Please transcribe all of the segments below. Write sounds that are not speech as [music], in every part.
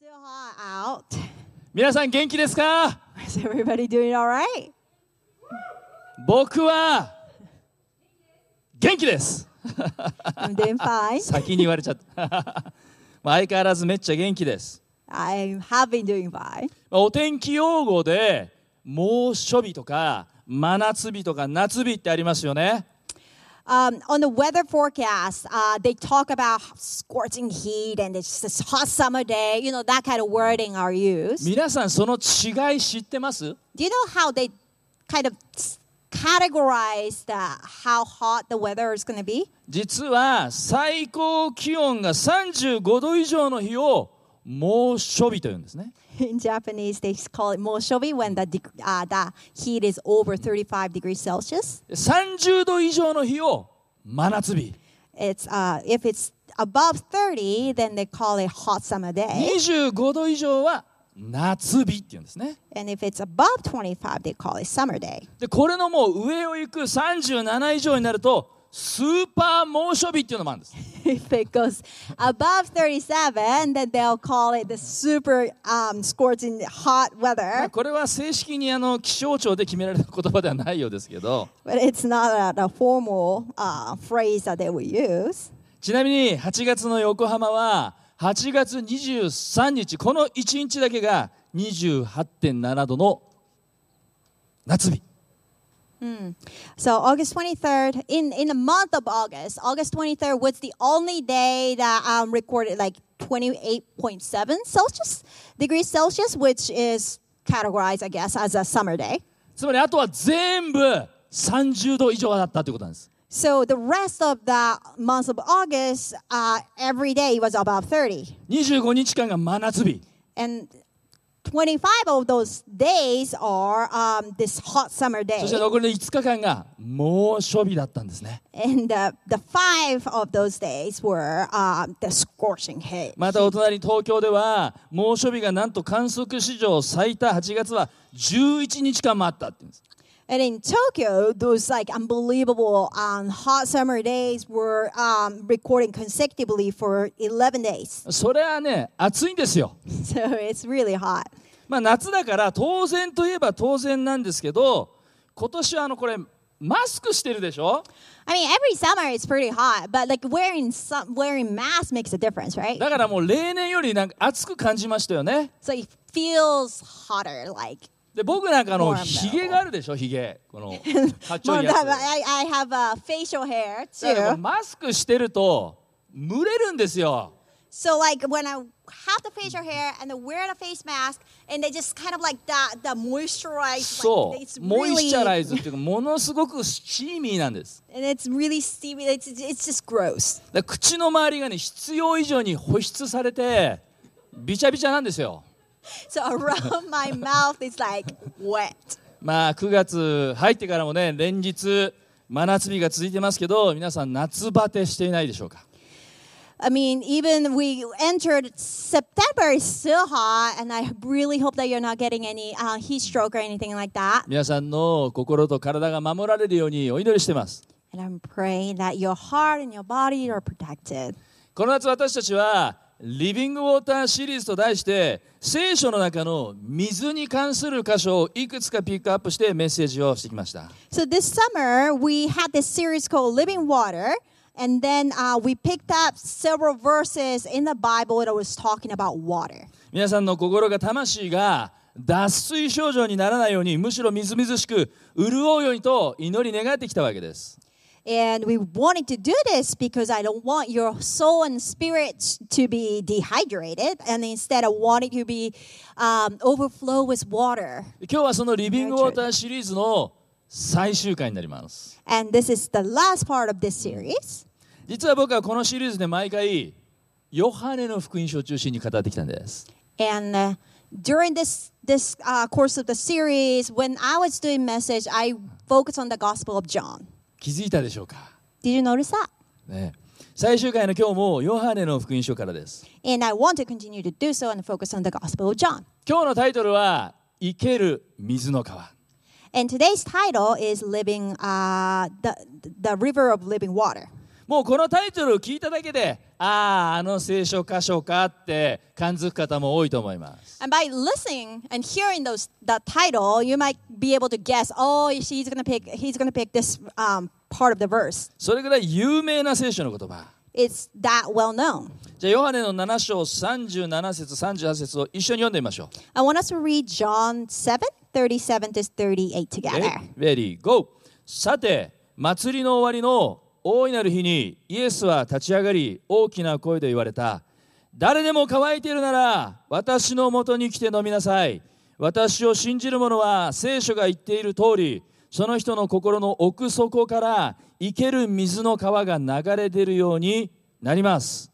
Still hot out. [laughs] 皆さん元気ですか Is everybody doing all right? 僕は元気です I'm doing [laughs] fine. 先に言われちゃった [laughs] まあ相変わらずめっちゃ元気です I have been doing fine. まあお天気用語で猛暑日とか真夏日とか夏日ってありますよね Um, on the weather forecast, uh, they talk about scorching heat and it's this hot summer day. You know, that kind of wording are used. 皆さんその違い知ってます Do you know how they kind of s- categorize the, how hot the weather is going to be? [laughs] 実は最高気温が35度以上の日を猛暑日というんですね In Japanese, they call it moshobi when the, deg- uh, the heat is over 35 degrees Celsius. 30度以上の日を真夏日 It's uh, if it's above 30, then they call it hot summer day, 25度以上は夏日っていうんですね and if it's above 25, they call it summer day. [laughs] でこれのもう上を行く37以上になるとスーパー猛暑日っていうのもあるんです if it goes above 37, then they'll call it the super um, scorching hot ま weather. あこれは正式にあの気象庁で決められた言葉ではないようですけど But it's not a, a formal uh, phrase that they will use. ちなみに8月の横浜は8月23日この1日だけが28.7度の夏日 So August 23rd, in in the month of August, August 23rd was the only day that um, recorded like 28.7 Celsius degrees Celsius, which is categorized, I guess, as a summer day. つまりあとは全部30度以上だったということなんです So the rest of the month of August, uh, every day was above 30, 25日間が真夏日 and 25 of those days are um, this hot summer そ day, して残りの5日間が猛暑日だったんですね and the, the five of those days were uh, the scorching heat. またお隣東京では猛暑日がなんと観測史上最多8月は11日間もあったって言うんです And in Tokyo, those like unbelievable um, hot summer days were um, recording consecutively for 11 days. [laughs] それはね暑いんですよ So it's really hot. まあ夏だから当然といえば当然なんですけど今年はあのこれマスクしてるでしょ I mean, every summer it's pretty hot, but like wearing some, wearing masks makes a difference, right? だからもう例年よりなんか暑く感じましたよね So it feels hotter. Like, で僕なんかあのそうなんだよひげがあるでしょひげ [laughs] このかっちょ well, いいやつ that- I, I have uh, facial hair だから too. こうマスクしてると蒸れるんですよ So like when I have the facial hair and I wear the face mask, and they just kind of like the the moisturize. そ like, it's う、モイスチャラ really イズっていうか、ものすごくスチーミーなんです。 and it's really steamy. It's, it's just gross. だから口の周りがね、必要以上に保湿されて、びちゃびちゃなんですよ。 So [laughs] around my mouth, it's like wet. まあ、9月入ってからもね、連日、真夏日が続いてますけど、皆さん、夏バテしていないでしょうか。 I mean, even we entered September, it's still hot, and I really hope that you're not getting any uh, heat stroke or anything like that. 皆さんの心と体が守られるようにお祈りしてます。 And I'm praying that your heart and your body are protected. この夏、私たちは、リビングウォーターシリーズと題して、聖書の中の水に関する箇所をいくつかピックアップしてメッセージをしてきました。 So this summer, we had this series called Living Water. And then uh, we picked up several verses in the Bible that was talking about water. 皆さんの心が魂が脱水症状にならないようにむしろみずみずしく潤うようにと祈り願ってきたわけです And we wanted to do this because I don't want your soul and spirit to be dehydrated. And instead, I want it to be um, overflow with water. 今日はそのリビングウォーターシリーズの最終回になります And this is the last part of this series. 実は僕はこのシリーズで毎回ヨハネの福音書を中心に語ってきたんです And uh, during this this uh, course of the series, when I was doing message, I focused on the Gospel of John. 気づいたでしょうか、 Did you notice that? ね、最終回の今日もヨハネの福音書からです And I want to continue to do so and focus on the Gospel of John. 今日のタイトルは「生ける水の川」 And today's title is "Living uh, the the River of Living Water." もうこのタイトルを聞いただけであああの聖書箇所かって感づく方も多いと思います And by listening and hearing those that title, you might be able to guess. Oh, he's gonna pick. He's gonna pick this um, part of the verse. それぐらい有名な聖書の言葉 It's that well known. じゃあヨハネの7章37節38節を一緒に読んでみましょう I want us to read John seven thirty-seven to 38 together. レディーゴーさて祭りの終わりの大いなる日にイエスは立ち上がり大きな声で言われた誰でも乾いているなら私のもとに来て飲みなさい私を信じる者は聖書が言っている通りその人の心の奥底から生ける水の川が流れ出るようになります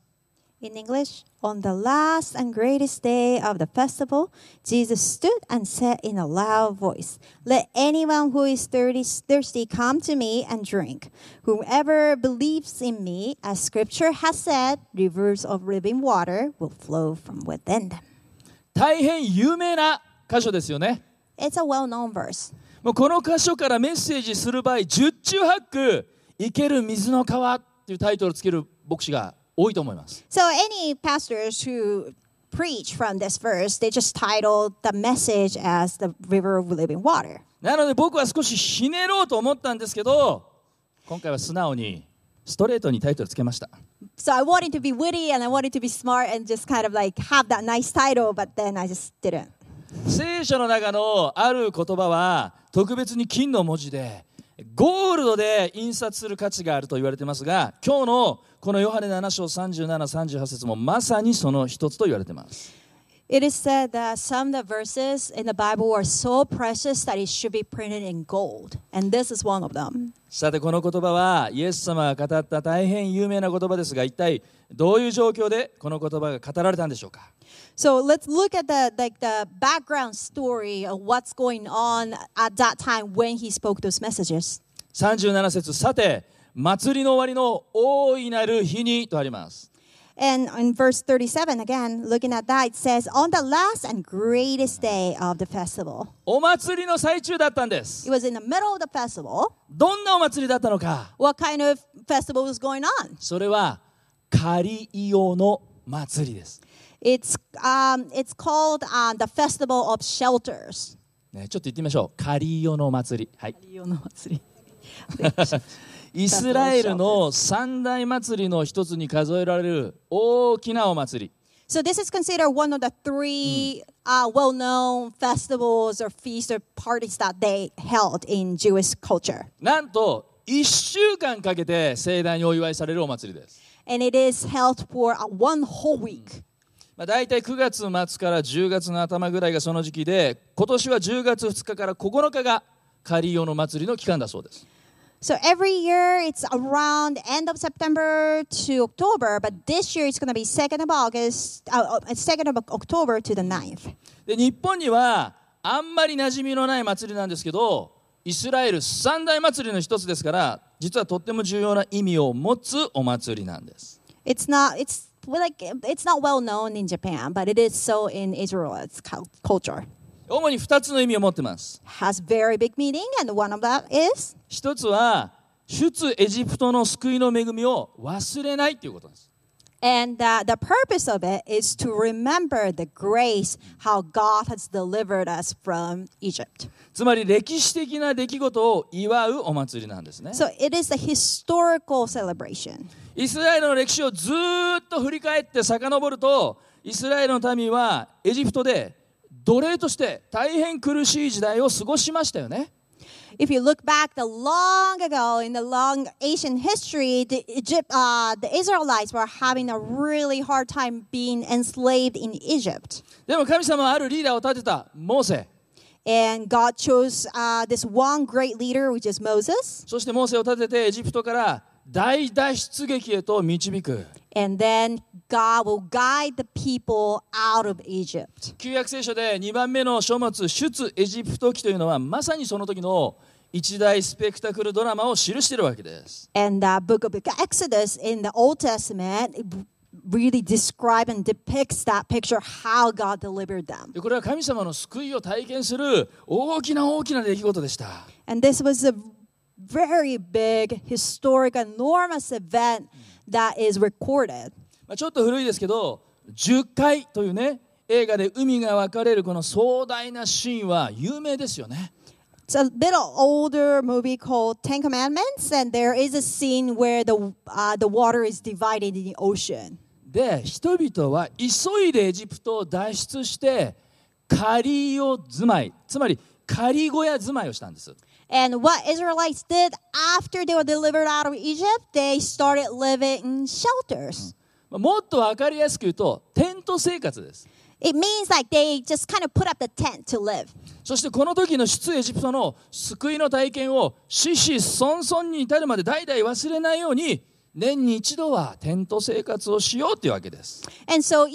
In English, on the last and greatest day of the festival, Jesus stood and said in a loud voice, Let anyone who is thirty- thirsty come to me and drink. Whoever believes in me, as scripture has said, rivers of living water will flow from within them. 大変有名な箇所ですよね It's a well known verse. もうこの箇所からメッセージする場合十中八九「生ける水の川」っていうタイトルをつける牧師が多いと思います So, any pastors who preach from this verse, they just title the message as the river of living water. なので僕は少しひねろうと思ったんですけど今回は素直にストレートにタイトルつけました So I wanted to be witty and I wanted to be smart and just kind of like have that nice title, but then I just didn't. 聖書の中のある言葉は特別に金の文字でゴールドで印刷する価値があると言われてますが今日のこのヨハネ7章3738節もまさにその一つと言われてます It is said that some of the verses in the Bible are so precious that it should be printed in gold, and this is one of them. さてこの言葉はイエス様が語った大変有名な言葉ですが一体どういう状況でこの言葉が語られたんでしょうか So let's look at the like the background story of what's going on at that time when he spoke those messages. 37節さて祭りの終わりの大いなる日にとあります And in verse 37 again, looking at that, it says, "On the last and greatest day of the festival." お祭りの最中だったんです It was in the middle of the festival. どんなお祭りだったのか what kind of festival was going on. それはカリイオの祭りです、 It's um, it's called uh, the Festival of Shelters. ね、ちょっと言ってみましょうカリイオの祭りはいイスラエルの三大祭りの一つに数えられる大きなお祭り so this is considered one of the three uh, well-known festivals or feasts or parties that they held in Jewish culture, なんと1週間かけて盛大にお祝いされるお祭りです、 and it is held for uh, one whole week. まあ、大体9月末から10月の頭ぐらいがその時期で今年は10月2日から9日がカリオの祭りの期間だそうです So every year it's around end of September to October, but this year it's going to be second of August, uh, uh, second of October to the 9th. で日本にはあんまり馴染みのない祭りなんですけどイスラエル三大祭りの一つですから実はとっても重要な意味を持つお祭りなんです It's not. It's well, like it's not well known in Japan, but it is so in Israel. It's cul- culture 主に2つの意味を持ってます has very big meaning, and one of that is 一つは出エジプトの救いの恵みを忘れないということです and uh, the purpose of it is to remember the grace how God has delivered us from Egypt. つまり歴史的な出来事を祝うお祭りなんですね So it is a historical celebration. イスラエルの歴史をずーっと振り返って遡るとイスラエルの民はエジプトで奴隷として大変苦しい時代を過ごしましたよね If you look back the long ago in the long ancient history, the Egypt, uh, the Israelites were having a really hard time being enslaved in Egypt. でも神様はあるリーダーを立てたモーセ And God chose uh, this one great leader, which is Moses. そしてモーセを立ててエジプトから大脱出劇へと導く And then God will guide the people out of Egypt. 旧約聖書で2番目の書物出エジプト記というのはまさにその時の一大スペクタクルドラマを記しているわけです And the book of Exodus in the Old Testament it really describes and depicts that picture how God delivered them. でこれは神様の救いを体験する大きな大きな出来事でした And this was a very big, historic, enormous event that is recorded. まあ、ちょっと古いですけど「10回」というね映画で海が分かれるこの壮大なシーンは有名ですよね It's a bit older movie called Ten Commandments, and there is a scene where the uh, the water is divided in the ocean. で人々は急いでエジプトを脱出して仮を住まいつまり仮小屋住まいをしたんです And what Israelites did after they were delivered out of Egypt, they started living in shelters. まあもっと分かりやすく言うとテント生活です It means like they just kind of put up the tent to live. そしてこの時の出エジプトの救いの体験を死死孫孫に至るまで代々忘れないように年に一度はテント生活をしようというわけです And so years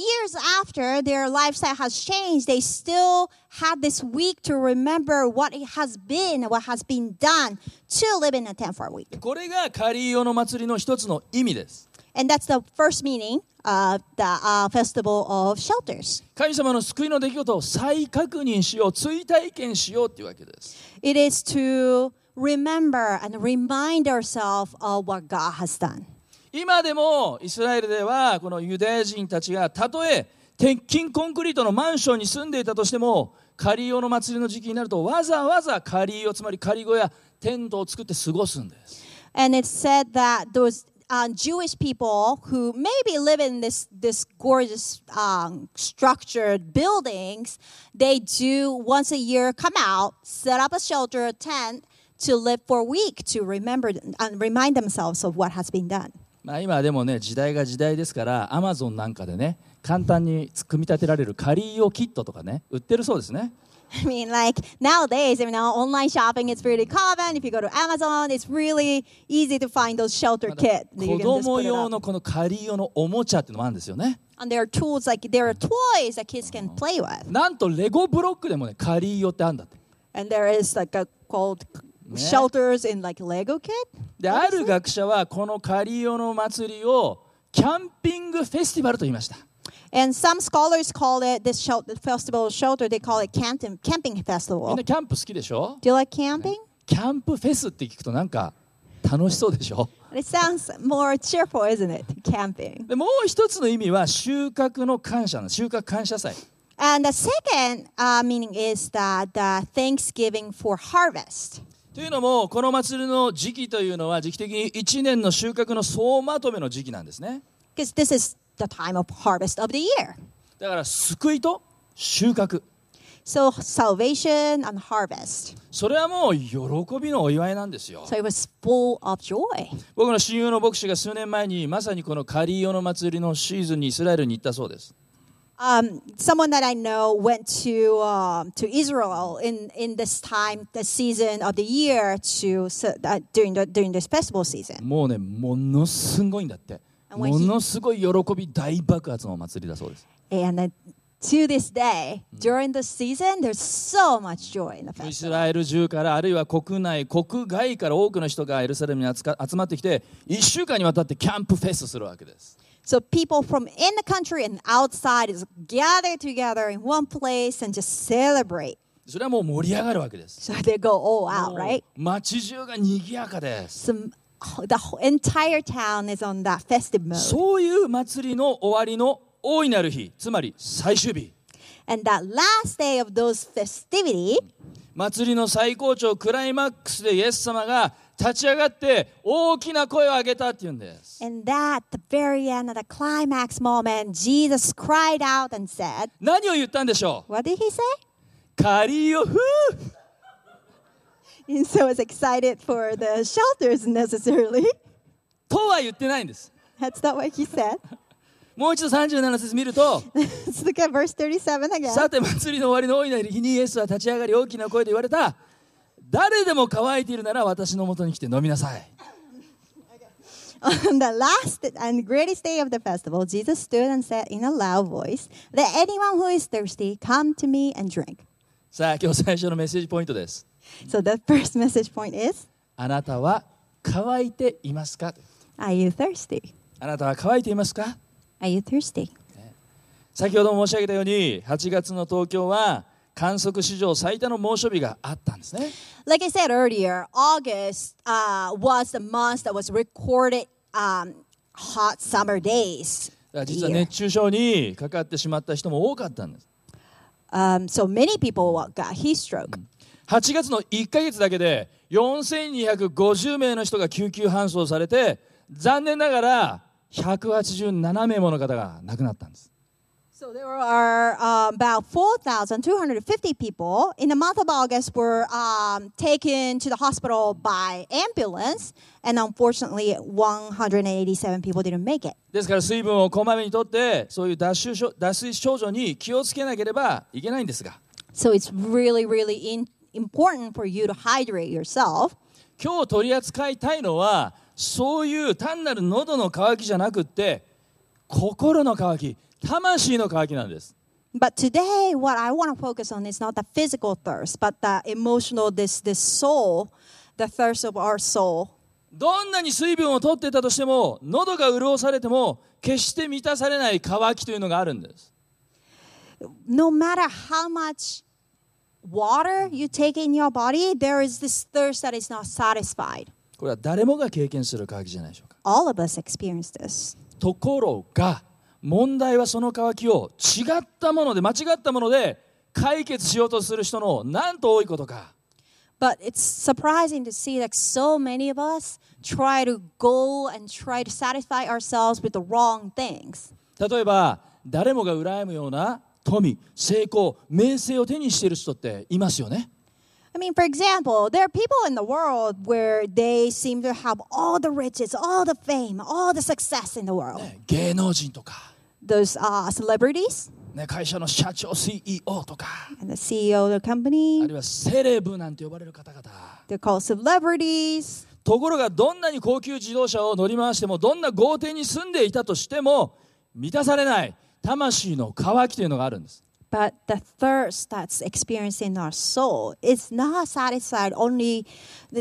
after their lifestyle has changed, they still had this week to remember what it has been, what has been done to live in a tent for a week. これがカリーヨの祭りの一つの意味です。 And that's the first meaning of the uh, festival of shelters. 神様の救いの出来事を再確認しよう、追体験しようっていうわけです。 It is to remember and remind ourselves of what God has done. 今でもイスラエルではこのユダヤ人たちがたとえ鉄筋コンクリートのマンションに住んでいたとしても、カリーヨの祭りの時期になるとわざわざカリーヨ、つまり仮小屋、テントを作って過ごすんです。 And it's said that those uh, Jewish people who maybe live in this this gorgeous um, structured buildings, they do once a year come out, set up a shelter, a tent to live for a week to remember and remind themselves of what has been done. まあ今でもね、時代が時代ですから、アマゾンなんかでね、簡単に組み立てられるカリーヨキットとかね、売ってるそうですね。 [laughs] I mean, like nowadays, you know, online shopping is really common. If you go to Amazon, it's really easy to find those shelter ま kit. た that you 子 can just 供 put it 用 up. のこの仮用のおもちゃっていうのもあるんですよね And there are tools like there are toys that kids can play with. なんとレゴブロックでもね仮用ってあるんだって And there is like a called Yeah. shelters in like Lego kit. である学者はこの仮用の祭りをキャンピングフェスティバルと言いました And some scholars call it this shelter, festival shelter. They call it camping camping み festival. んなキャンプ好きでしょ Do you like camping? キャンプフェスって聞くとなんか楽しそうでしょ It sounds more cheerful, isn't it? Camping. でもう一つの意味は収穫の感謝の収穫感謝祭 And the second uh, meaning is that the Thanksgiving for harvest. というのもこの祭りの時期というのは時期的に1年の収穫の総まとめの時期なんですね because this is the time of harvest of the year. だから救いと収穫 So salvation and harvest. それはもう喜びのお祝いなんですよ So it was full of joy. 僕の親友の牧師が数年前にまさにこのカリーヨの祭りのシーズンにイスラエルに行ったそうです Um, someone that I know went to um, to Israel in, in this time, the season of the year, to so, uh, during the during this festival season. もうねものすごいんだってあものすごい喜び大爆発のお祭りだそうです And then to this day, during the season, there's so much joy in the イ festival. スラエル中からあるいは国内国外から多くの人がエルサレムに集か集まってきて1週間にわたってキャンプフェスするわけです So people from in the country and outside is gathered together in one place and just celebrate. それはもう盛り上がるわけです So they go all out, right? 街中が賑やかです some the whole entire town is on that festive mode そういう祭りの終わりの大いなる日つまり最終日 and that last day of those festivity 祭りの最高潮クライマックスでイエス様が立ち上がって大きな声を上げたっていうんです and that the very end of the climax moment jesus cried out and said 何を言ったんでしょ what did he say [laughs] うカリオフ and so I was excited for the shelters necessarily [laughs] とは言ってないんです that's not what he said [laughs] もう一度37節見ると let's look at verse 37 again さて祭りの終わりの大いなる日にイエスは立ち上がり大きな声で言われた誰でも乾いているなら私のもとに来て飲みなさい [laughs] on the last and greatest day of the festival jesus stood and said in a loud voice let anyone who is thirsty come to me and drink さあ今日最初のメッセージポイントです so the [laughs] first message point is あなたは乾いていますか Are you thirsty? あなたは乾いていますか Are you thirsty? 先ほども申し上げたように8月の東京は観測史上最多の猛暑日があったんですね。 Like I said earlier, August uh, was the month that was recorded um, hot summer days. だから実は year. 熱中症にかかってしまった人も多かったんです。 Um, so many people got heat stroke. 8月の1ヶ月だけで4250名の人が救急搬送されて残念ながら187名もの方が亡くなったんです So there are um, about 4,250 people in the month of August were um, taken to the hospital by ambulance, and unfortunately, 187 people didn't make it. ですから水分をこまめにとってそういう脱臭症脱水症状に気をつけなければいけないんですが So it's really, really in- important for you to hydrate yourself. 今日取り扱いたいのはそういう単なる喉の渇きじゃなくって心の渇き魂の渇きなんです But today, what I want to focus on is not the physical thirst, but the emotional, this, this soul, the thirst of our soul. どんなに水分を取ってたとしても喉が潤されても決して満たされない渇きというのがあるんです No matter how much water you take in your body, there is this thirst that is not satisfied. これは誰もが経験する渇きじゃないでしょうか All of us experience this. ところが問題はその渇きを違ったもので間違ったもので解決しようとする人のなんと多いことか But it's surprising to see that so many of us try to go and try to satisfy ourselves with the wrong things. 例えば誰もが羨むような富成功名声を手にしている人っていますよね I mean, for example, there are people in the world where they seem to have all the riches, all the fame, all the success in the world. ね芸能人とか、 Those uh, celebrities ね、会社の社長 CEO とか and the CEO of the あ company, るいはセレブなんて呼ばれる方々 they're called celebrities. ところがどんなに高級自動車を乗り回してもどんな豪邸に住んでいたとしても満たされない魂の渇きというのがあるんです But the thirst that's experienced in our soul is not satisfied only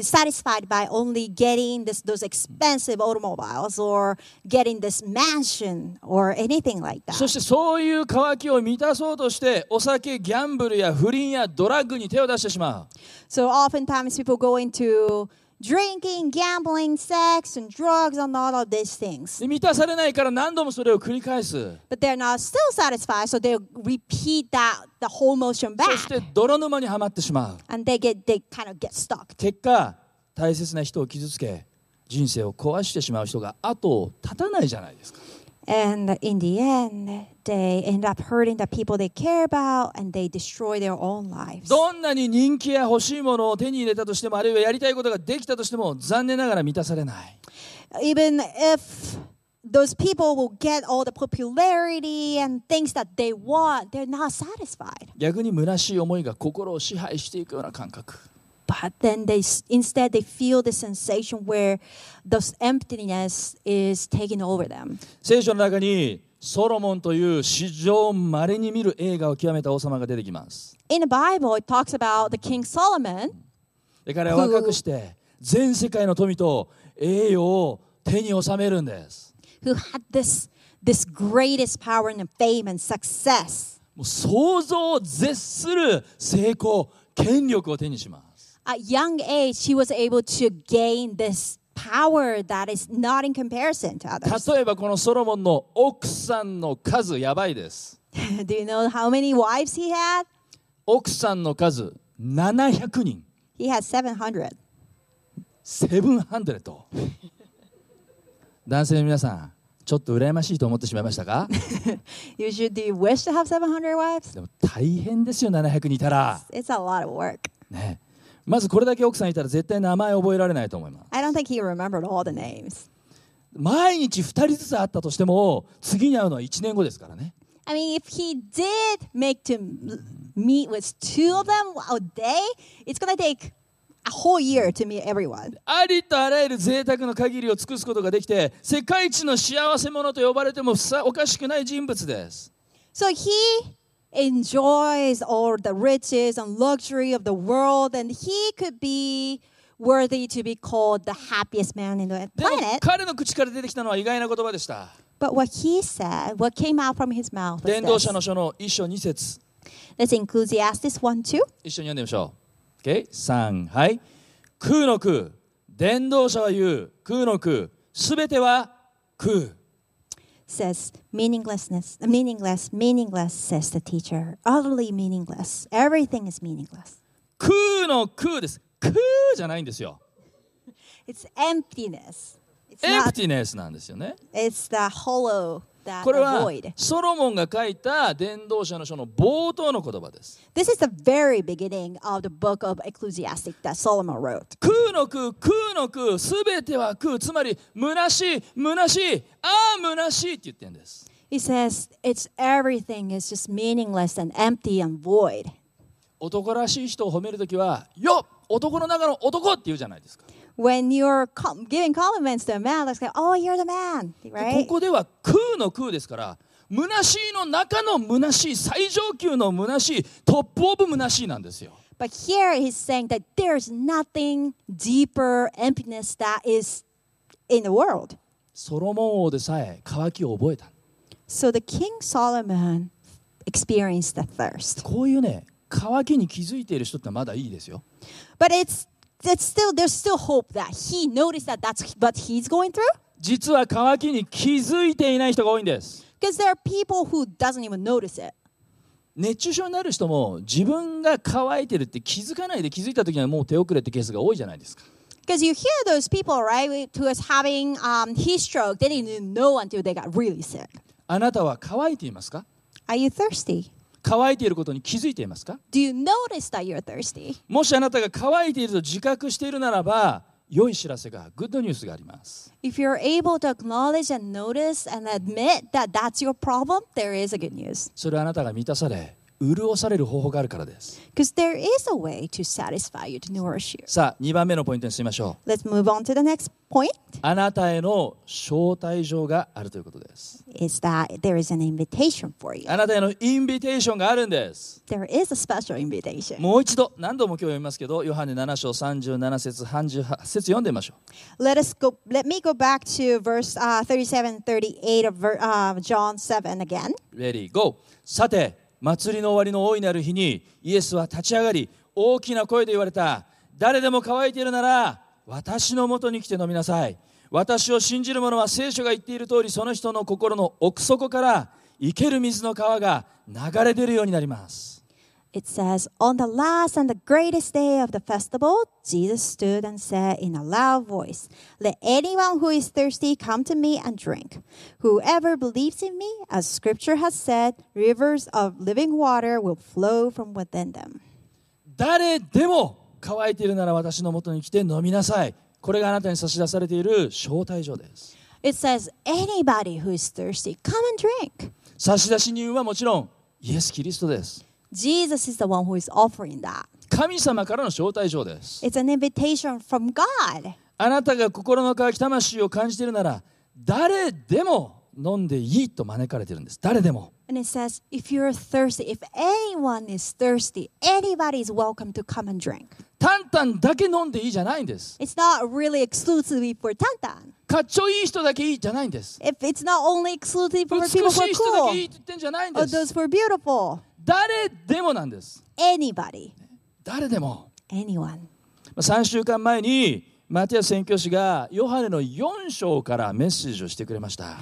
satisfied by only getting this, those expensive automobiles or getting this mansion or anything like that. そしてそういう渇きを満たそうとしてお酒ギャンブルや不倫やドラッグに手を出してしま So oftentimes people go into drinking, gambling, sex, and drugs, and all of these う things. で満たされないから何度もそれを繰り返す But they're not still satisfied, so they repeat that the whole motion そし back, て泥沼にはまってしまう and they get they kind of get stuck. 結果大切な人を傷つけ人生を壊してしまう人が後を絶たないじゃないですか And in the end, they end up hurting the people they care about, and they destroy their own lives. どんなに人気や欲しいものを手に入れたとしてもあるいはやりたいことができたとしても残念ながら満たされない Even if those people will get all the popularity and things that they want, they're not satisfied. 逆に虚しい思いが心を支配していくような感覚 but then they s- instead they feel the sensation where this emptiness is taking over them 聖書の中にソロモンという史上まれに見る映画を極めた王様が出てきます。 in the bible it talks about the king solomon で彼は若くして全世界の富と栄誉を手に収めるんです。 who had this this greatest power and fame and success もう想像を絶する成功、権力を手にします。 at young age he was able to gain this power that is not in comparison to others 例えばこのソロモンの奥さんの数やばいです。 [laughs] do you know how many wives he had 奥さんの数700人、 he had 700 700。男性の皆さん、ちょっと羨ましいと思ってしまいましたか you should do you wish to have 700 wives でも大変ですよ、700にいたら。 it's a lot of work ね、まずこれだけ奥さんいたら絶対名前覚えられないと思います。 i don't think he remembered all the names 毎日2人ずつ会ったとしても、次に会うのは1年後ですからね。 I mean, if he did make to m- meet with two of them a day, it's gonna take a whole year to meet everyone. ありとあらゆる贅沢の限りを尽くすことができて、世界一の幸せ者と呼ばれてもふさおかしくない人物です。 So he enjoys all the riches and luxury of the world, and he could be worthy to be called the happiest man in the でも planet. 彼の口から出てきたのは意外な言葉でした。 But what he said, what came out from his mouth, was 伝道者 this. の書の一章二節。 Let's Ecclesiastes 1 2. 一緒に読んでみましょう。OK? 3、はい。空の空、伝道者は言う、空の空、すべては空。 says meaninglessness meaningless meaningless says the teacher utterly meaningless everything is meaningless 空の空です。空じゃないんですよ。 it's emptiness it's エンプ not ティネスなんですよね。 it's the hollow that これは void ソロモンが書いた伝道者の書の冒頭の言葉です。 this is the very beginning of the book of ecclesiastic that solomon wrote 空の空、空の空、すべては空。つまり、虚しい、虚しい、ああ、虚しいって言ってるんです。 he says it's everything is just meaningless and empty and void 男らしい人を褒めるときは、よっ男の中の男って言うじゃないですか。 when you're com- giving compliments to a man that's like oh you're the man こ right こでは空の空ですから、虚しいの中の虚しい、最上級の虚しい、トップオブ虚しいなんですよ。 But here he's saying that there's nothing deeper emptiness that is in the world. ソロモン王でさえ渇きを覚えた。 So the King Solomon experienced the thirst. こういうね、渇きに気づいている人ってまだいいですよ。 But it's it's still there's still hope that he noticed that that's what he's going through. 実は渇きに気づいていない人が多いんです。 Because there are people who doesn't even notice it. 熱中症になる人も自分が渇いてるって気づかないで気づいた時にはもう手遅れってケースが多いじゃないですか。 Because you hear those people, right, who is having um, heat stroke, they didn't even know until they got really sick. あなたは乾いていますか Are you thirsty? 乾いていることに気づいていますか Do you notice that you're thirsty? もしあなたが乾いていると自覚しているならば良い知らせがグッドニュースがあります If you're able to acknowledge and notice and admit that that's your problem, there is a good news. それはあなたが満たされ潤される方法があるからです Because there is a way to satisfy you, to nourish you. さあ2番目のポイントに進みましょ Let's move on to the next point うあなたへの招待状があるということです is that there is an invitation for you. あなたへのインビテーションがあるんです There is a special invitation. もう一度何度も今日読みますけどヨハネ7章37節38節読んでみましょ Let us go let me go back to verse uh, 37 38 of ver, uh, John 7 again. う Ready go さて祭りの終わりの大いなる日にイエスは立ち上がり大きな声で言われた誰でも乾いているなら私のもとに来て飲みなさい私を信じる者は聖書が言っている通りその人の心の奥底から生ける水の川が流れ出るようになります It says, On the last and the greatest day of the festival, Jesus stood and said in a loud voice, Let anyone who is thirsty come to me and drink. Whoever believes in me, as scripture has said, rivers of living water will flow from within them. 誰でも乾いているなら私のもとに来て飲みなさいこれがあなたに差し出されている招待状です It says, Anybody who is thirsty, come and drink. 差出人はもちろんイエス・キリストです Jesus is the one who is offering that. 神様からの招待状です It's an invitation from God. あなたが心の渇き魂を感じているなら誰でも飲んでいいと招かれているんです誰でも And it says, if you're thirsty, if anyone is thirsty, anybody is welcome to come and drink. タンタンだけ飲んでいいじゃないんです It's not really exclusively for Tantan. かっちょいい人だけいいじゃないんです If it's not only exclusively 美 for しい people 人 who are だけ cool いいって言ってんじゃないん or です those who are beautiful, 誰でもなんです anybody, 誰でも anyone. まあ3週間前にマティアス宣教師がヨハネの4章からメッセージをしてくれました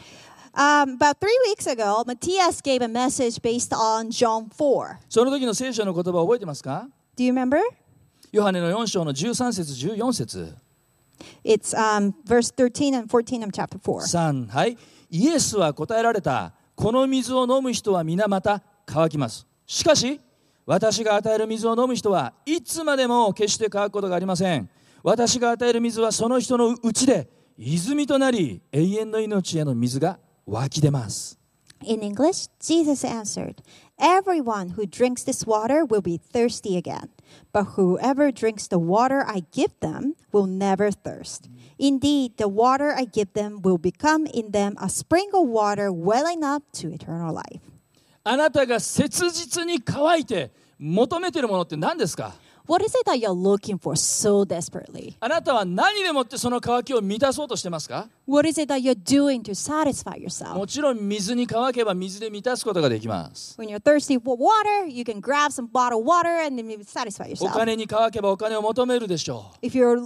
Um, about three weeks ago, Matthias gave a message based on John 4. その時の聖書の言葉を覚えてますか Do you remember? ヨハネの4章の13節14節 It's um, verse 13 and 14 of chapter 4. 3はいイエスは答えられたこの水を飲む人は皆また乾きますしかし私が与える水を飲む人はいつまでも決して乾くことがありません私が与える水はその人のうちで泉となり永遠の命への水が湧き出ます In English, Jesus answered, Everyone who drinks this water will be thirsty again, but whoever drinks the water I give them will never thirst. Indeed, the water I give them will become in them a spring of water welling up to eternal life. あなたが切実に乾いて求めているものって何ですか What is it that you're looking for so desperately? あなたは何でもってその渇きを満たそうとしてますか What is it that you're doing to satisfy yourself? もちろん水に乾けば水で満たすことができます。 When you're thirsty for water, you can grab some bottled water and then maybe satisfy お yourself. 金に乾けばお金を求めるでしょ If you're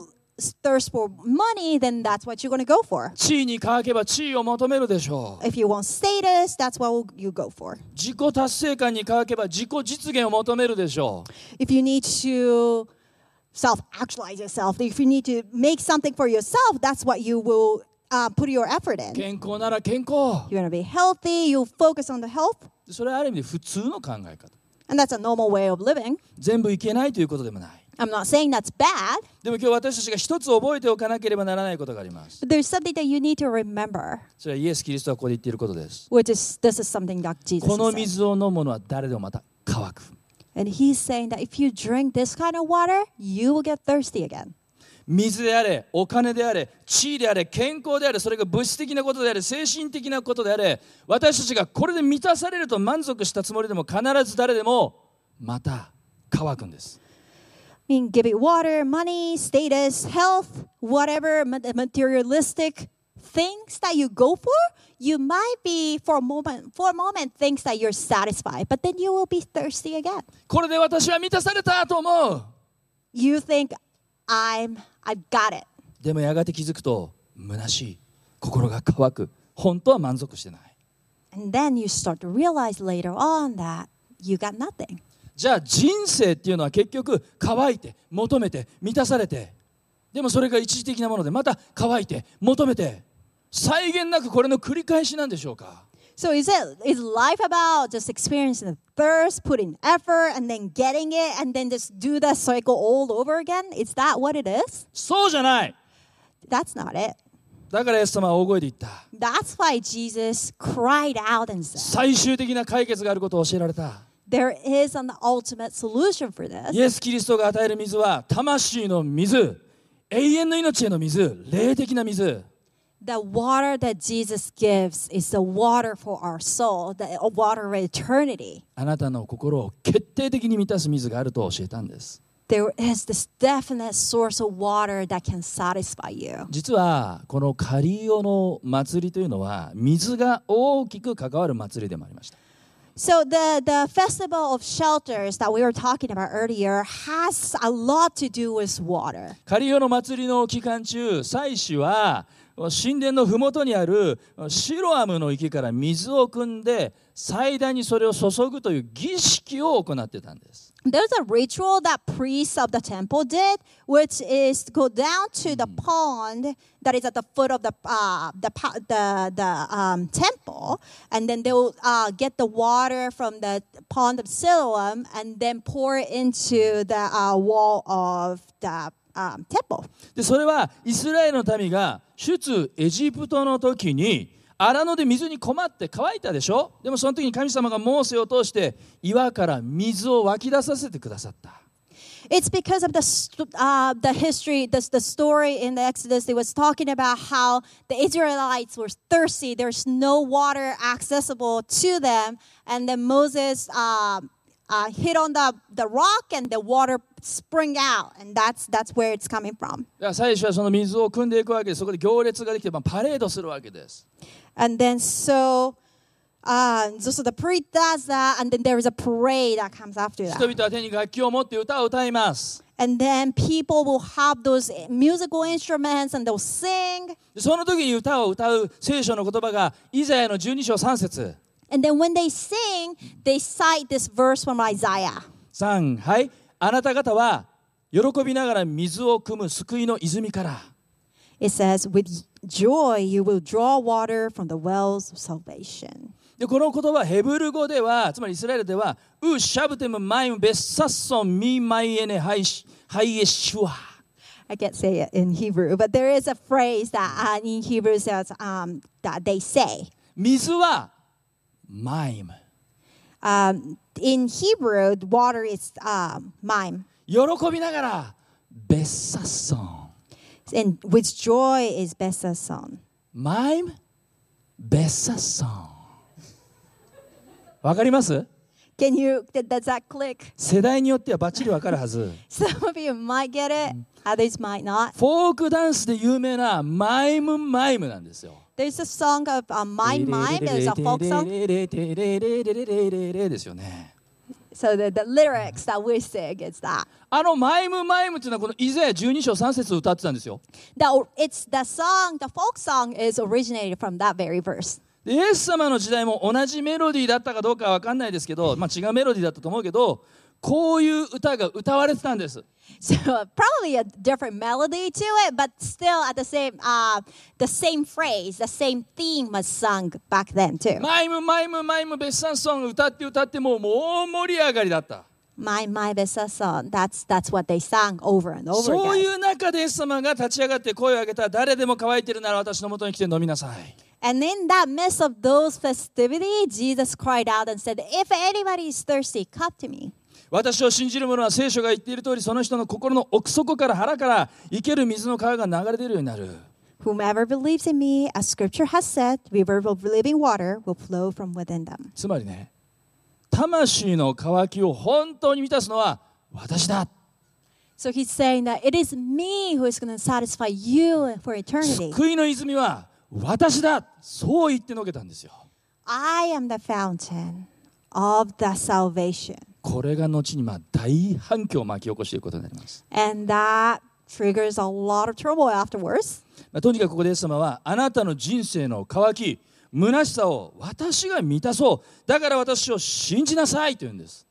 thirst for money, then that's what you're going to go for. う。地位に乾けば地位を求めるでしょう。 If you want status, that's what you go for. 自己達成感に乾けば自己実現を求めるでしょう。 If you need to self actualize yourself, if you need to make something for yourself, that's what you will uh, put your effort in. 健康なら健康。 You're going to be healthy, you'll focus on the health, それはある意味で普通の考え方。 and that's a normal way of living. 全部いけないということでもない。 I'm not saying that's bad, でも今日私たちが一つ覚えておかなければならないことがあります。 but there's something that you need to remember, それはイエス・キリストはここで言っていることです。 which is this is something that こ Jesus の is saying. 水を飲むのは誰でもまた乾く。 And he's saying that if you drink this kind of water, you will get thirsty again. 水であれ、お金であれ、地位であれ、健康であれ、それが物質的なことであれ、精神的なことであれ、私たちがこれで満たされると満足したつもりでも必ず誰でもまた乾くんです。 I mean, give it water, money, status, health, whatever ma- uh, materialistic things that you go for, you might be for a moment for a moment thinks that you're satisfied, but then you will be thirsty again. これで私は満たされたと思う。 You think I'm I've got it. でもやがて気づくと虚しい。心が乾く。本当は満足してない。 And then you start to realize later on that you got nothing. じゃあ人生っていうのは結局乾いて求めて満たされてでもそれが一時的なものでまた乾いて求めて際限なくこれの繰り返しなんでしょうか So is it is life about just experiencing the thirst, putting effort, and then getting it, and then just do that cycle all over again? Is that what it is? そうじゃない That's not it. だからイエス様は大声で言った That's why Jesus cried out and said, 最終的な解決があることを教えられた There is an ultimate solution for this. イエス・キリストが与える水は魂の水永遠の命への水霊的な水 The water that Jesus gives is the water for our soul, the water of eternity. あなたの心を決定的に満たす水があると教えたんです There is this definite source of water that can satisfy you. 実はこのカリオの祭りというのは水が大きく関わる祭りでもありました So the, the festival of shelters that we were talking about earlier has a lot to do with water. カリオの祭りの期間中祭司は神殿の麓にあるシロアムの池から水を汲んで祭壇にそれを注ぐという儀式を行ってたんです There's a ritual that priests of the temple did, which is to go down to the pond that is at the foot of the uh, the pa- the, the um, temple, and then they will uh, get the water from the pond of Siloam and then pour it into the uh, wall of the um, temple. でそれはイスラエルの民が出エジプトの時に荒野で水に困って乾いたでしょでもその時に神様がモーセを通して岩から水を湧き出させてくださった。 It's because of the st- uh, the history, the, the story in the Exodus. It was talking about how the Israelites were thirsty. There's no water accessible to them, and then Moses um, uh, hit on the, the rock, and the water sprang out, and that's that's where it's coming from. だから最初はその水を汲んでいくわけです。そこで行列ができて、まあ、パレードするわけです。 And then so. Uh, so, so the priest does that, and then there is a parade that comes after 人 that. 々は手に楽器を持って歌を歌います。 And then people will have those musical instruments and they'll sing. でその時に歌を歌う聖書の言葉が、イザヤの12章3節 And then when they sing, they cite this verse from Isaiah. 3、はい。あなた方は、喜びながら水を汲む救いの泉から。 It says, With joy you will draw water from the wells of salvation. で、この言葉はヘブル語では、つまりイスラエルでは、ウシャブテムマイムベッサッソンミーマイエネハイシハイエシュワ。 I can't say it in Hebrew, but there is a phrase that uh, in Hebrew says um, that they say. 水は、マイム。 Um, in Hebrew, the water is um, mime. 喜びながら、ベッサッソン。 And with joy is Bessa's song. マイムベッサソンわかります Can you, th- does that click? [laughs] 世代によってはバッチリわかるはず Some of you might get it, others might not. フォークダンスで有名なマイムマイムなんですよ There's a song of uh, Mime Mime, there's a folk song. ですよね So the, the lyrics that we sing is that. あのマイムマイムっていうのはこのイザヤ12章3節を歌ってたんですよ The, it's the song, the folk song is originated from that very verse. [laughs] でイエス様の時代も同じメロディーだったかどうかは分かんないですけど、まあ、違うメロディーだったと思うけどこういう歌が歌われてたんです So probably a different melody to it, but still at the same, uh, the same phrase, the same theme was sung back then too. マイムマイムマイム別冊ソング歌って歌ってもうもう大盛り上がりだった My My Besa song. That's that's what they sang over and over そうい again. う中でイエス様が立ち上がって声を上げた誰でも乾いてるなら私のもとに来て飲みなさい And in that midst of those festivities, Jesus cried out and said, "If anybody is thirsty, come to me." 私を信じる者は聖書が言っている通りその人の心の奥底から腹から生ける水の川が流れ出るようになる Whomever believes in me, as Scripture has said, river of living water will flow from within them. つまりね魂の渇きを本当に満たすのは私だ So he's saying that it is me who is going to satisfy you for eternity. 救いの泉は私だそう言ってのけたんですよ I am the fountain of the salvation, これが後にまあ大反響を巻き起こしていくことになります、 and that triggers a lot of turmoil afterwards. まあとにかくここでイエス様はあなたの人生の渇き虚しさを私が満たそうだから私を信じなさいと言うんです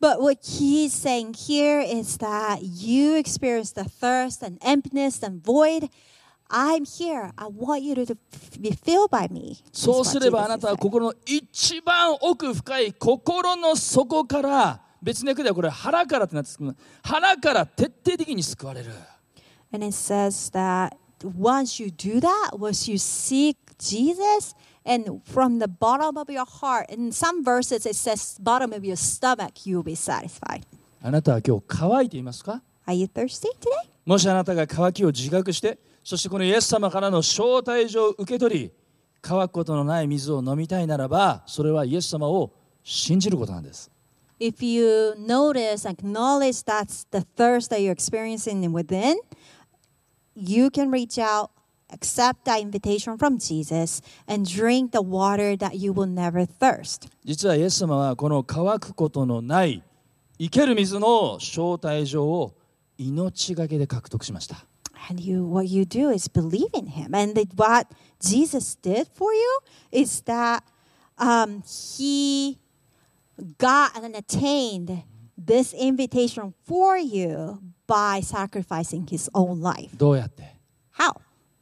But what he's saying here is that you experience the thirst and emptiness and void. I'm here. I want you to to be filled by me. is そう what すれば Jesus あな is たは saying. 心の一番奥深い心の底から別の訳ではこれ腹からってなってますけど腹から徹底的に救われる And it says that once you do that, once you seek Jesus, and from the bottom of your heart, in some verses it says bottom of your stomach, you will be satisfied. あなたは今日乾いていますか Are you thirsty today? もしあなたが渇きを自覚してそしてこのイエス様からの招待状を受け取り乾くことのない水を飲みたいならばそれはイエス様を信じることなんです If you notice, acknowledge that's the thirst that you're experiencing within, you can reach out, accept that invitation from Jesus, and drink the water that you will never thirst. 実はイエス様はこの乾くことのない生ける水の招待状を命がけで獲得しました And you, what you do is believe in Him. And that what Jesus did for you is that um, He got and attained this invitation for you by sacrificing His own life. どうやって How?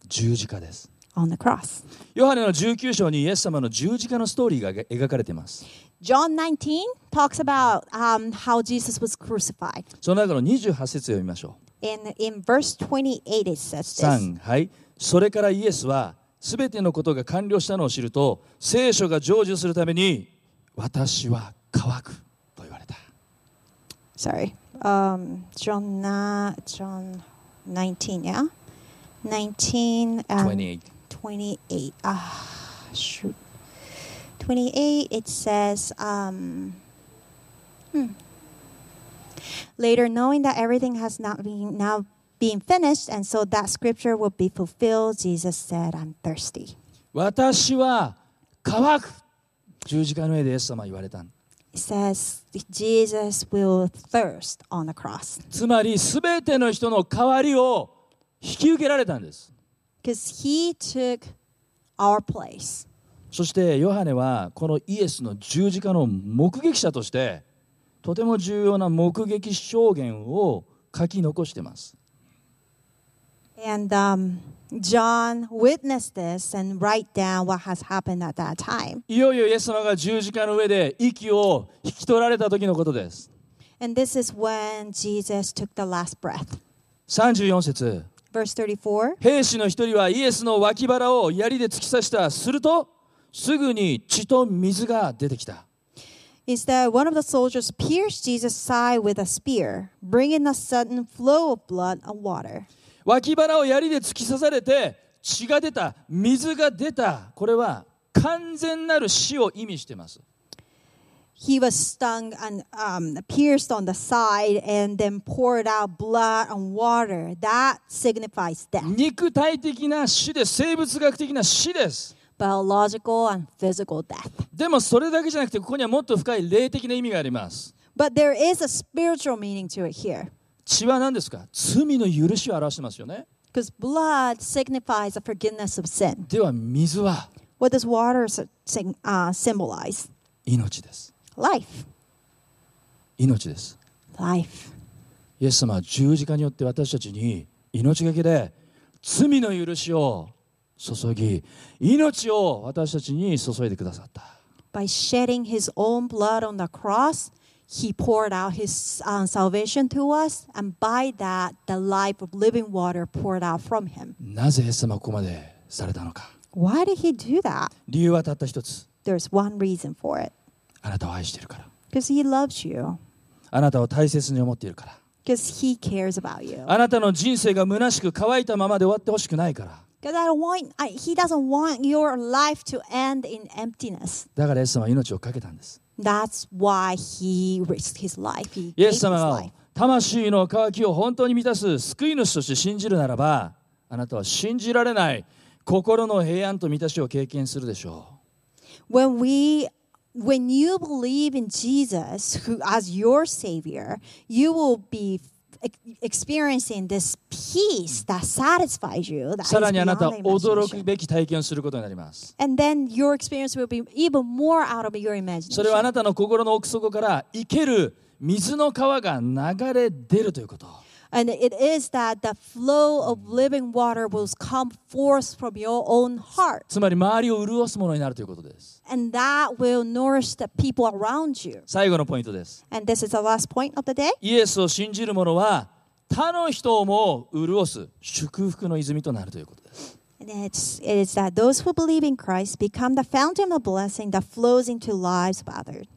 十字架です On the cross. ヨハネの19章にイエス様の十字架のストーリーが描かれています John 19 talks about um, how Jesus was crucified. その中の28節を読みましょう In, in verse 28, it says this. 3はいそれからイエスはすべてのことが完了したのを知ると聖書が成就するために私は乾くと言われた sorry um john na john 19 yeah 19 and 28 28 ah shoot 28 it says um hmm. later knowing that everything has not been now being finished and so that scripture will be fulfilled jesus said i'm thirsty 私は乾く十字架の上でイエス様は言われた it says jesus will thirst on the cross つまりすべての人の代わりを引き受けられたんです because he took our place そしてヨハネはこのイエスの十字架の目撃者としてとても重要な目撃証言を書き残しています And um, John witnessed this and write down what has happened at that time. いよいよイエス様が十字架の上で息を引き取られた時のことです。 And this is when Jesus took the last breath. 34節 Verse 34兵士の一人はイエスの脇腹を槍で突き刺した。すると、すぐに血と水が出てきた。 is that one of the soldiers pierced Jesus' side with a spear, bringing a sudden flow of blood and water. 脇腹を槍で突き刺されて、血が出た、水が出た。これは完全なる死を意味しています。 he was stung and um, pierced on the side and then poured out blood and water. That signifies death, 肉体的な死です生物学的な死です biological and physical death. でもそれだけじゃなくてここにはもっと深い霊的な意味があります But there is a spiritual meaning to it here 血は何ですか罪の許しを表してますよね because blood signifies the forgiveness of sin. では水は What does water s- sing- uh, symbolize? 命です Life. 命です Life. イエス様は十字架によって私たちに命がけで罪の許しを注ぎ命を私たちに注いでくださった By shedding his own blood on the cross, he poured out his uh, salvation to us, and by that, the life of living water poured out from him. なぜイエス様はここまでされたのか Why did he do that? 理由はたった一つ There's one reason for it あなたを愛しているから because he loves you, あなたを大切に思っているから because he cares about you. あなたの人生が虚しく乾いたままで終わってほしくないから Because I don't want, I, he doesn't want your life to end in emptiness. だからイエス様は命を懸けたんです That's why he risked his life. He イ gave エ his ス様は life. 魂の渇きを本当に満たす救い主として信じるならばあなたは信じられない心の平安と満たしを経験するでしょ When we when you believe in Jesus who as your savior, you will be ex- experiencing this peace that satisfies you. That う is さらにあなたは beyond the 驚 imagination. くべき体験をすることになります And then your experience will be even more out of your それは imagination. あなたの心の奥底から生ける水の川が流れ出るということ And it is that the flow of living water will come forth from your own heart. つまり周りを潤すものになるということです And that will nourish the people around you. 最後のポイントです And this is the last point of the day. イエスを信じる者は他の人をも潤す祝福の泉となるということです And it's, it is that those who believe in Christ become the fountain of blessing that flows into lives of others.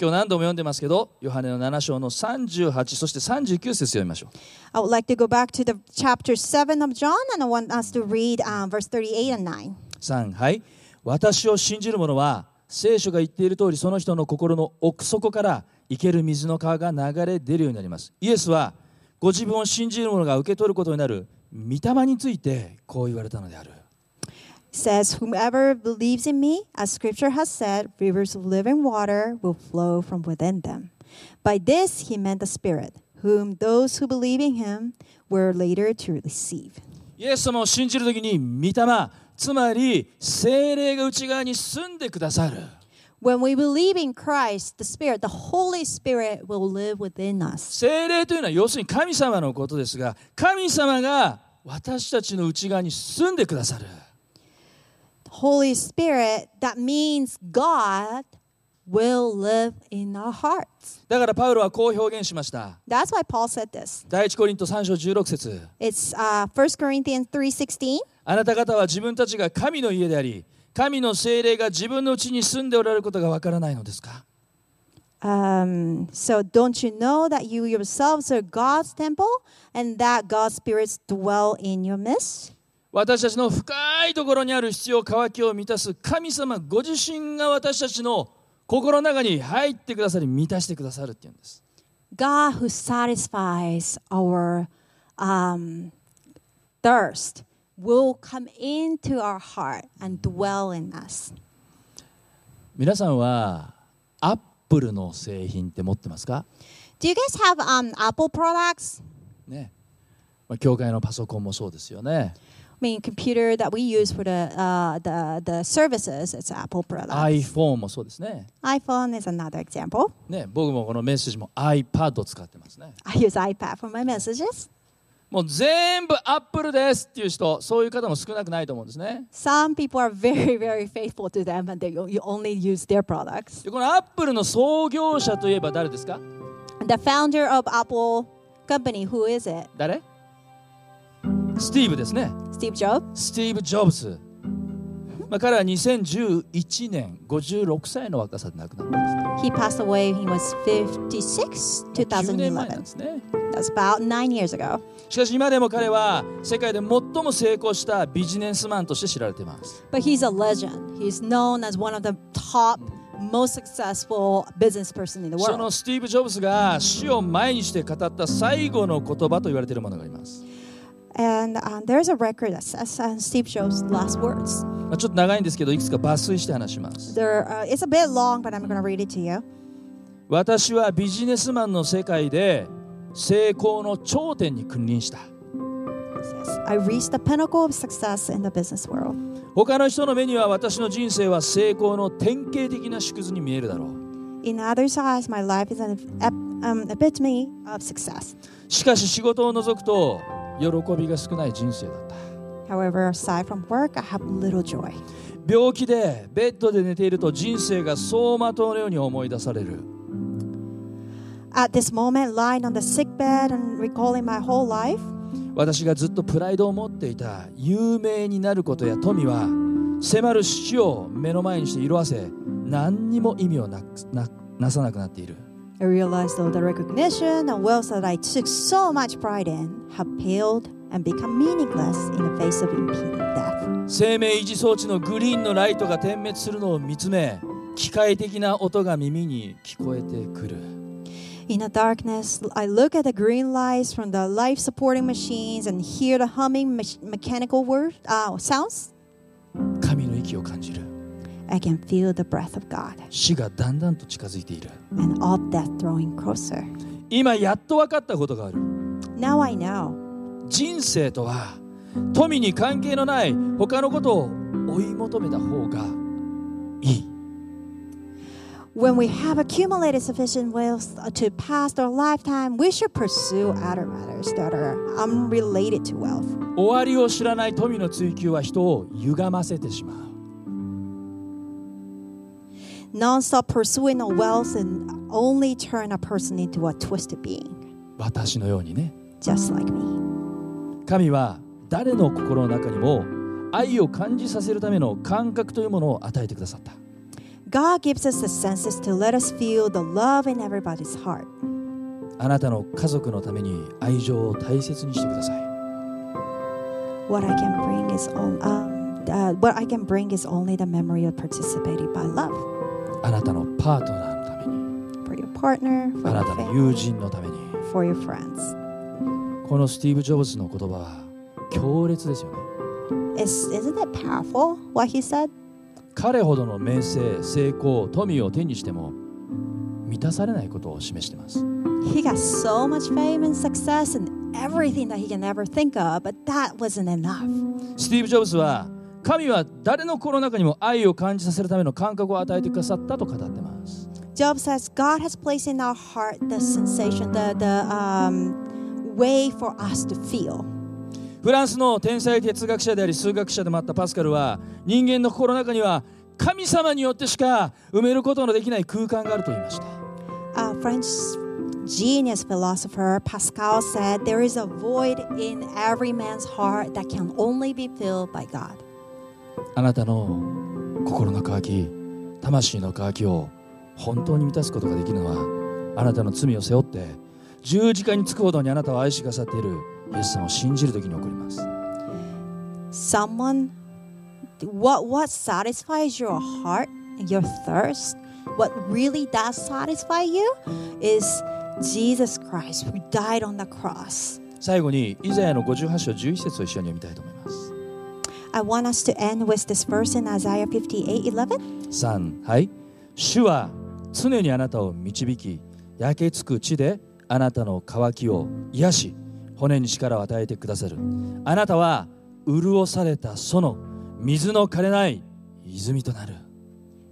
今日何度も読んでますけど、ヨハネの7章の38、そして39節読みましょう。 I would like to go back to the chapter 7 of John and I want us to read um, verse 38 and 9. 3、はい。私を信じる者は、聖書が言っている通り、その人の心の奥底から生ける水の川が流れ出るようになります。イエスは、ご自分を信じる者が受け取ることになる御霊について、こう言われたのである。 says, Whomever believes in me, as scripture has said, rivers of living water will flow from within them. By this he meant the Spirit, whom those who believe in him were later to receive. イエス様を信じるときに、御霊、つまり聖霊が内側に住んでくださる。 When we believe in Christ, the Spirit, the Holy Spirit will live within us. 聖霊というのは要するに神様のことですが神様が私たちの内側に住んでくださる Holy Spirit, that means God will live in our hearts. だからパウロはこう表現しました That's why Paul said this. 第一コリント3章16節 It's uh, 1 Corinthians 3.16. あなた方は自分たちが神の家であり神の聖霊が自分のうちに住んでおられることがわからないのですか Um, so don't you know that you yourselves are God's temple and that God's spirits dwell in your midst? 私たちの深いところにある必要渇きを満たす神様ご自身が私たちの心の中に入ってくださり満たしてくださるっていうんです God who satisfies our um, thirst will come into our heart and dwell in us. 皆さんはアップルの製品って持ってますか Do you guys have um, Apple products? ねまあ、教会のパソコンもそうですよね。 I mean, computer that we use for the uh, the the services. It's Apple products. iPhone もそうですね。 iPhone is another example. [laughs] ね僕もこのメッセージも iPad を使ってますね。 I use iPad for my messages. もう全部 Apple ですっていう人、そういう方も少なくないと思うんですね。 Some people are very, [laughs] very faithful to them and they you only use their products. でこの Apple の創業者といえば誰ですか And the founder of Apple company, who is it? 誰スティーブですね。 Steve Jobs. スティーブ・ジョブズ。まあ、彼は2011年56歳の若さで亡くなったんです He ね。passed away. He was 56, 9年前なんで 2011. すね。 That's about nine years ago. しかし今でも彼は世界で最も成功したビジネスマンとして知られています。 But he's a legend. He's known as one of the top most successful business person in the その world. スティーブ・ジョブズが死を前にして語った最後の言葉と言われているものがあります、 And um, there's a record that says uh, Steve Jobs' last words. まあ、ちょっと長いんですけどいくつか抜粋して話します There, uh, it's a bit long, but I'm going to read it to you. 私はビジネスマンの世界で成功の頂点に君臨した It says, I reached the pinnacle of success in the business world. 他の人の目には私の人生は成功の典型的な縮図に見えるだろう In others' eyes, my life is an ep- um, epitome of success. しかし仕事を除くと喜びが少ない人生だった However, aside from work, I have little joy. 病気でベッドで寝ていると人生が走馬灯のように思い出される At this moment, lying on the sick bed and recalling my whole life, 私がずっとプライドを持っていた有名になることや富は迫る死を目の前にして色あせ何にも意味をなくななさなくなっている I realized though the recognition and wealth that I took so much pride in have paled and become meaningless in the face of impending death. 生命維持装置のグリーンのライトが点滅するのを見つめ機械的な音が耳に聞こえてくる In the darkness, I look at the green lights from the life supporting machines and hear the humming mech- mechanical word, uh, sounds. 神の息を感じる I can feel the breath of God 死がだんだんと近づいている and all death drawing closer. 今やっと分かったことがある Now I know 人生とは富に関係のない他のことを追い求めた方がいい when we have accumulated sufficient wealth uh, to pass our lifetime, we should pursue other matters that are unrelated to wealth. 終わりを知らない富の追求は人を歪ませてしまう Non-stop pursuing of wealth and only turn a person into a twisted being, 私のようにね just like me. 神は誰の心の中にも愛を感じさせるための感覚というものを与えてくださった God gives us the senses to let us feel the love in everybody's heart. あなたの家族のために愛情を大切にしてください What I can bring is on, um, uh, what I can bring is only the memory of participating by love あなたのパートナーのために for your partner, for あな your たの family, 友人のために for your friends. このスティーブ・ジョブズの言葉は強烈ですよね Is isn't it powerful what he said? 彼ほどの名声成功富を手にしても満たされないことを示しています He got so much fame and success and everything that he can ever think of, but that wasn't enough. スティーブ・ジョブズは神は誰の心の中にも愛を感じさせるための感覚を与えてくださったと語ってます。 Job says God has placed in our heart the sensation, the the um, way for us to feel. フランスの天才哲学者であり数学者でもあったパスカルは人間の心の中には神様によってしか埋めることのできない空間があると言いました。 Uh, French genius philosopher Pascal said there is a void in every man's heart that can only be filled by God. あなたの心の渇き、魂の渇きを本当に満たすことができるのはあなたの罪を背負って十字架につくほどにあなたを愛してくださっているイエス様を信じるときに起こります。 Someone, what what satisfies your heart, your thirst, what really does satisfy you, is Jesus Christ who died on the cross. 最後にイザヤの58章11節を一緒に読みたいと思います。 I want us to end with this verse in Isaiah 58 11. 3はい主は常にあなたを導き焼けつく地であなたの渇きを癒し骨に力を与えてくださるあなたは潤されたその水の枯れない泉となる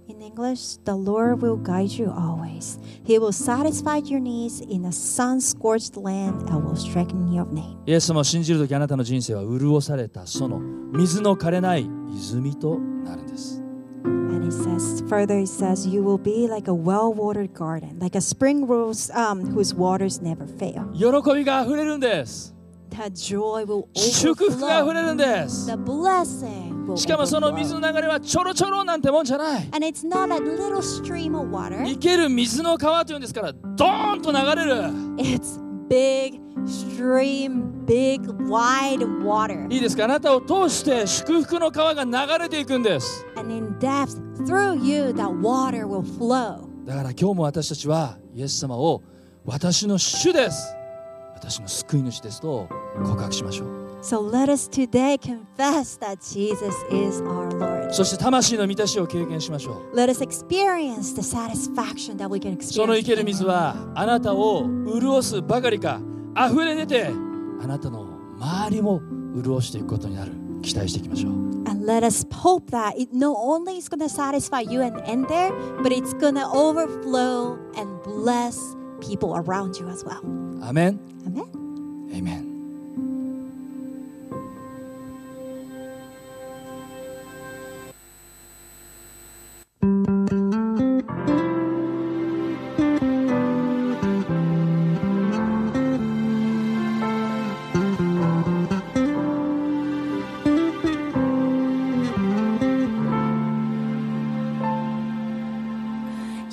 In English, the Lord will guide you always. He will satisfy your needs in a sun scorched land and will strengthen your name. イエス様を信じるときあなたの人生は潤されたその水の枯れない泉となるんです And it says, further, it says, you will be like a well watered garden, like a spring rose um, whose waters never fail. 喜びがあふれるんです That joy will 祝福があふ overflow. れるんです The blessing will しかもその水 overflow. の流れはちょろちょろなんてもんじゃない And it's not a little stream of water, 生ける水の川というんですからドーンと流れる it's big stream, big, wide water. いいですかあなたを通して祝福の川が流れていくんです And in depth, through you, that water will flow. だから今日も私たちはイエス様を私の主です私の救い主ですと告白しましょう So let us today confess that Jesus is our Lord. そして魂の満たしを経験しましょう Let us experience the satisfaction that we can その experience. 生ける水はあなたを潤すばかりか溢れ出てあなたの周りも潤していくことになる期待していきましょう And let us hope that it not only is going to satisfy you and end there, but it's going to overflow and bless people around you as well. アメン Amen. エイメン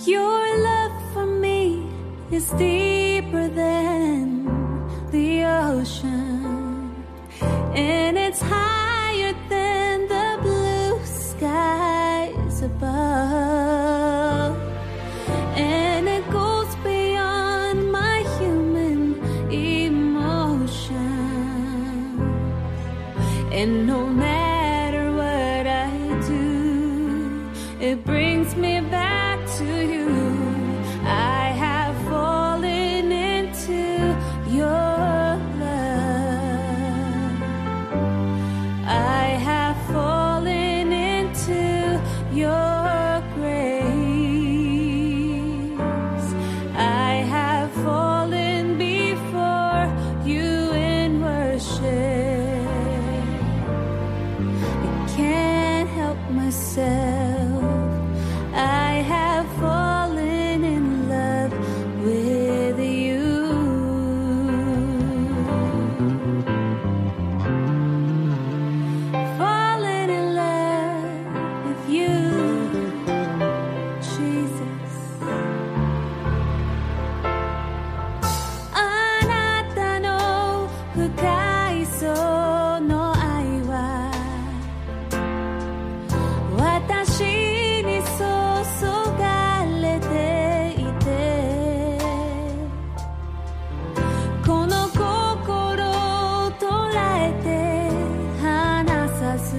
Your love for me is deeper than the ocean, and it's higher than the blue skies above, and it goes beyond my human emotion. And no matter what I do, it brings me back to you. I have fallen into your love. I have fallen into your grace. I have fallen before you in worship. I can't help myself. I have fallen in love with you. Fallen in love with you, Jesus. あなたの深いその愛は私に注がれていてこの心を捉えて離さず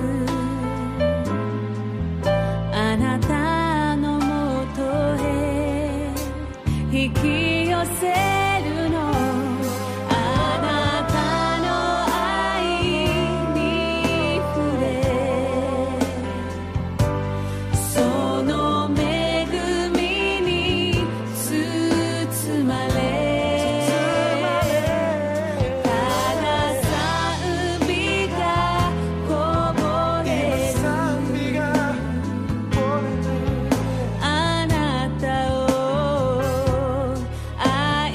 あなたのもとへ引き寄せるのあなたの愛に触れその恵みに包まれただ賛美がこぼれるあなたを愛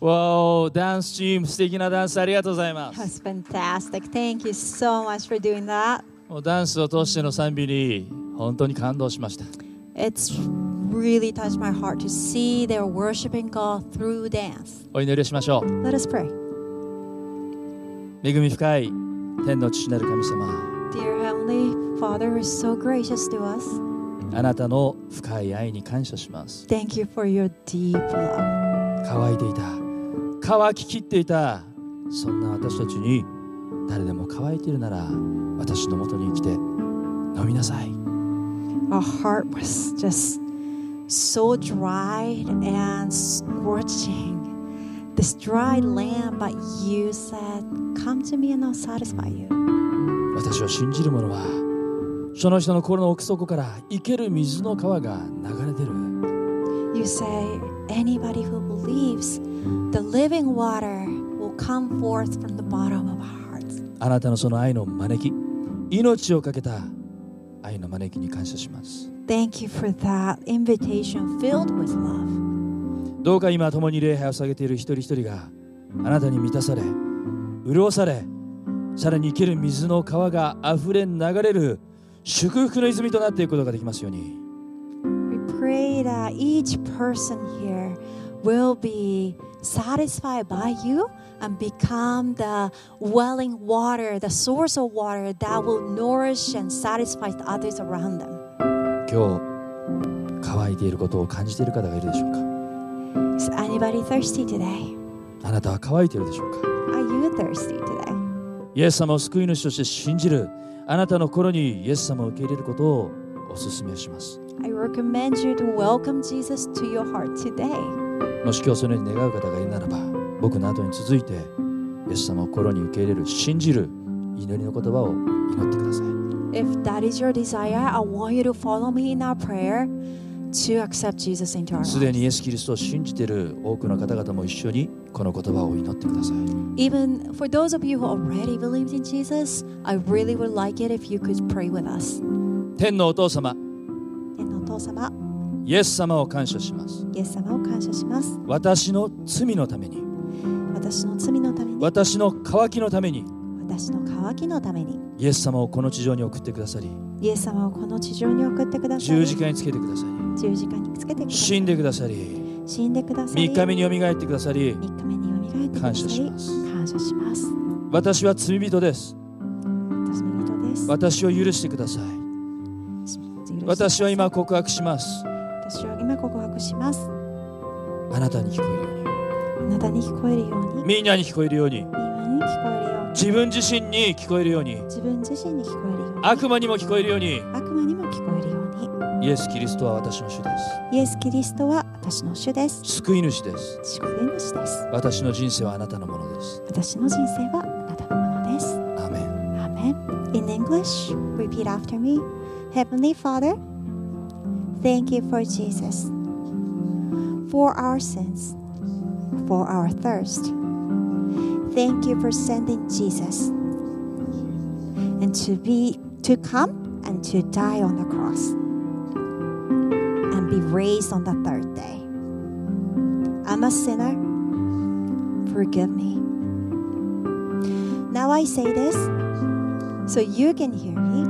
わお、ダンスチーム、素敵なダンスありがとうございます。 That's fantastic. Thank you so much for doing that. もうダンスを通しての賛美に本当に感動しました。 It's really touched my heart to see they're worshiping God through dance. お祈りをしましょう。 Let us pray. 恵み深い天の父なる神様、 Dear Heavenly Father, who is so gracious to us, あなたの深い愛に感謝します。 thank you for your deep love. 乾いていた、乾ききっていた、そんな私たちに誰でも乾いているなら私のもとに来て飲みなさい。 Our heart was just so dried and scorching. This dried land, but you said, Come to me and I'll satisfy you. 私を信じる者はその人の心の奥底から生ける水の川が流れ出る You say, Anybody who believes, the living water will come forth from the bottom of our hearts. あなたのその愛の招き命を懸けた愛の招きに感謝します Thank you for that invitation filled with love. どうか今共に礼拝を捧げている一人一人があなたに満たされ潤されさらに生ける水の川があふれ流れる祝福の泉となっていくことができますように We pray that each person here will be satisfied by you and become the welling water, the source of water that will nourish and satisfy the others around them. 今日乾いていることを感じている方がいるでしょうか Is anybody thirsty today? あなたは乾いているでしょうか Are you thirsty today? イエス様を救い主として信じるあなたの心にイエス様を受け入れることをお勧めします。 I recommend you to welcome Jesus to your heart today. もし今日そのように願う方がいるならば、僕の後に続いて、イエス様を心に受け入れる、信じる、祈りの言葉を祈ってください。 If that is your desire, I want you to follow me in our prayer to accept Jesus into our すで lives. にイエス・キリストを信じている多くの方々も一緒にこの言葉を祈ってください。 Even for those of you who already believed in Jesus, I really would like it if you could pray with us. 天のお父様、天のお父様、イエス様を感謝します。イエス様を感謝します。私の罪のために、私の罪のために、私の渇きのために、私の渇きのために、イエス様をこの地上に送ってくださり、イエス様をこの地上に送ってください。十字架につけてくださり、十字架につけてくださ死い。んでくださり、死んでください。 3日目によみがえってくださり三日目によみがえってくだ感さ謝い。します感謝します。私は罪人です私の人です。私を許してください私は今告白します私は今告白します。あなたに聞こえるよあなたに聞こえるよううにに、みんなに聞こえるようにみんなに聞こえるように、自分自身に聞こえるように自分自身に聞こえるように、悪魔にも聞こえるように悪魔にも聞こえるようイエス・キリストは私の主でに、イエス・キリストは私の主です。す救い主です祝福主です。私の人生はあなたのものです私の人生はあなたのものです。アーメン Amen. In English, repeat after me. Heavenly Father, thank you for Jesus, for our sins, for our thirst. Thank you for sending Jesus and to be to come and to die on the cross and be raised on the third day. I'm a sinner. Forgive me. Now I say this so you can hear me,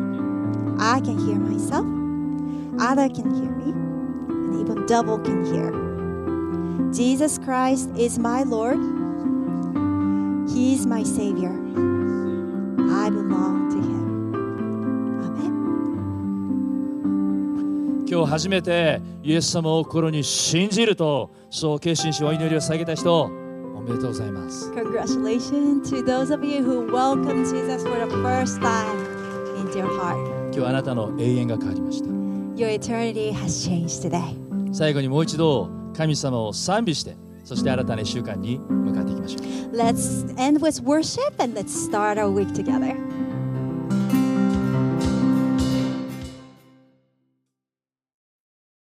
I can hear myself, other can hear me, and even devil can hear. Jesus Christ is my Lord. He is my Savior. I belong to Him. Amen. 今日初めてイエス様を心に信じるとそう決心しお祈りを捧げた人おめでとうございます Congratulations to those of you who welcome Jesus for the first time into your heart. 今日あなたの永遠が変わりました Your eternity has changed today. 最後にもう一度神様を賛美してそして新たな1週間に向かっていきましょう Let's end with worship and let's start our week together.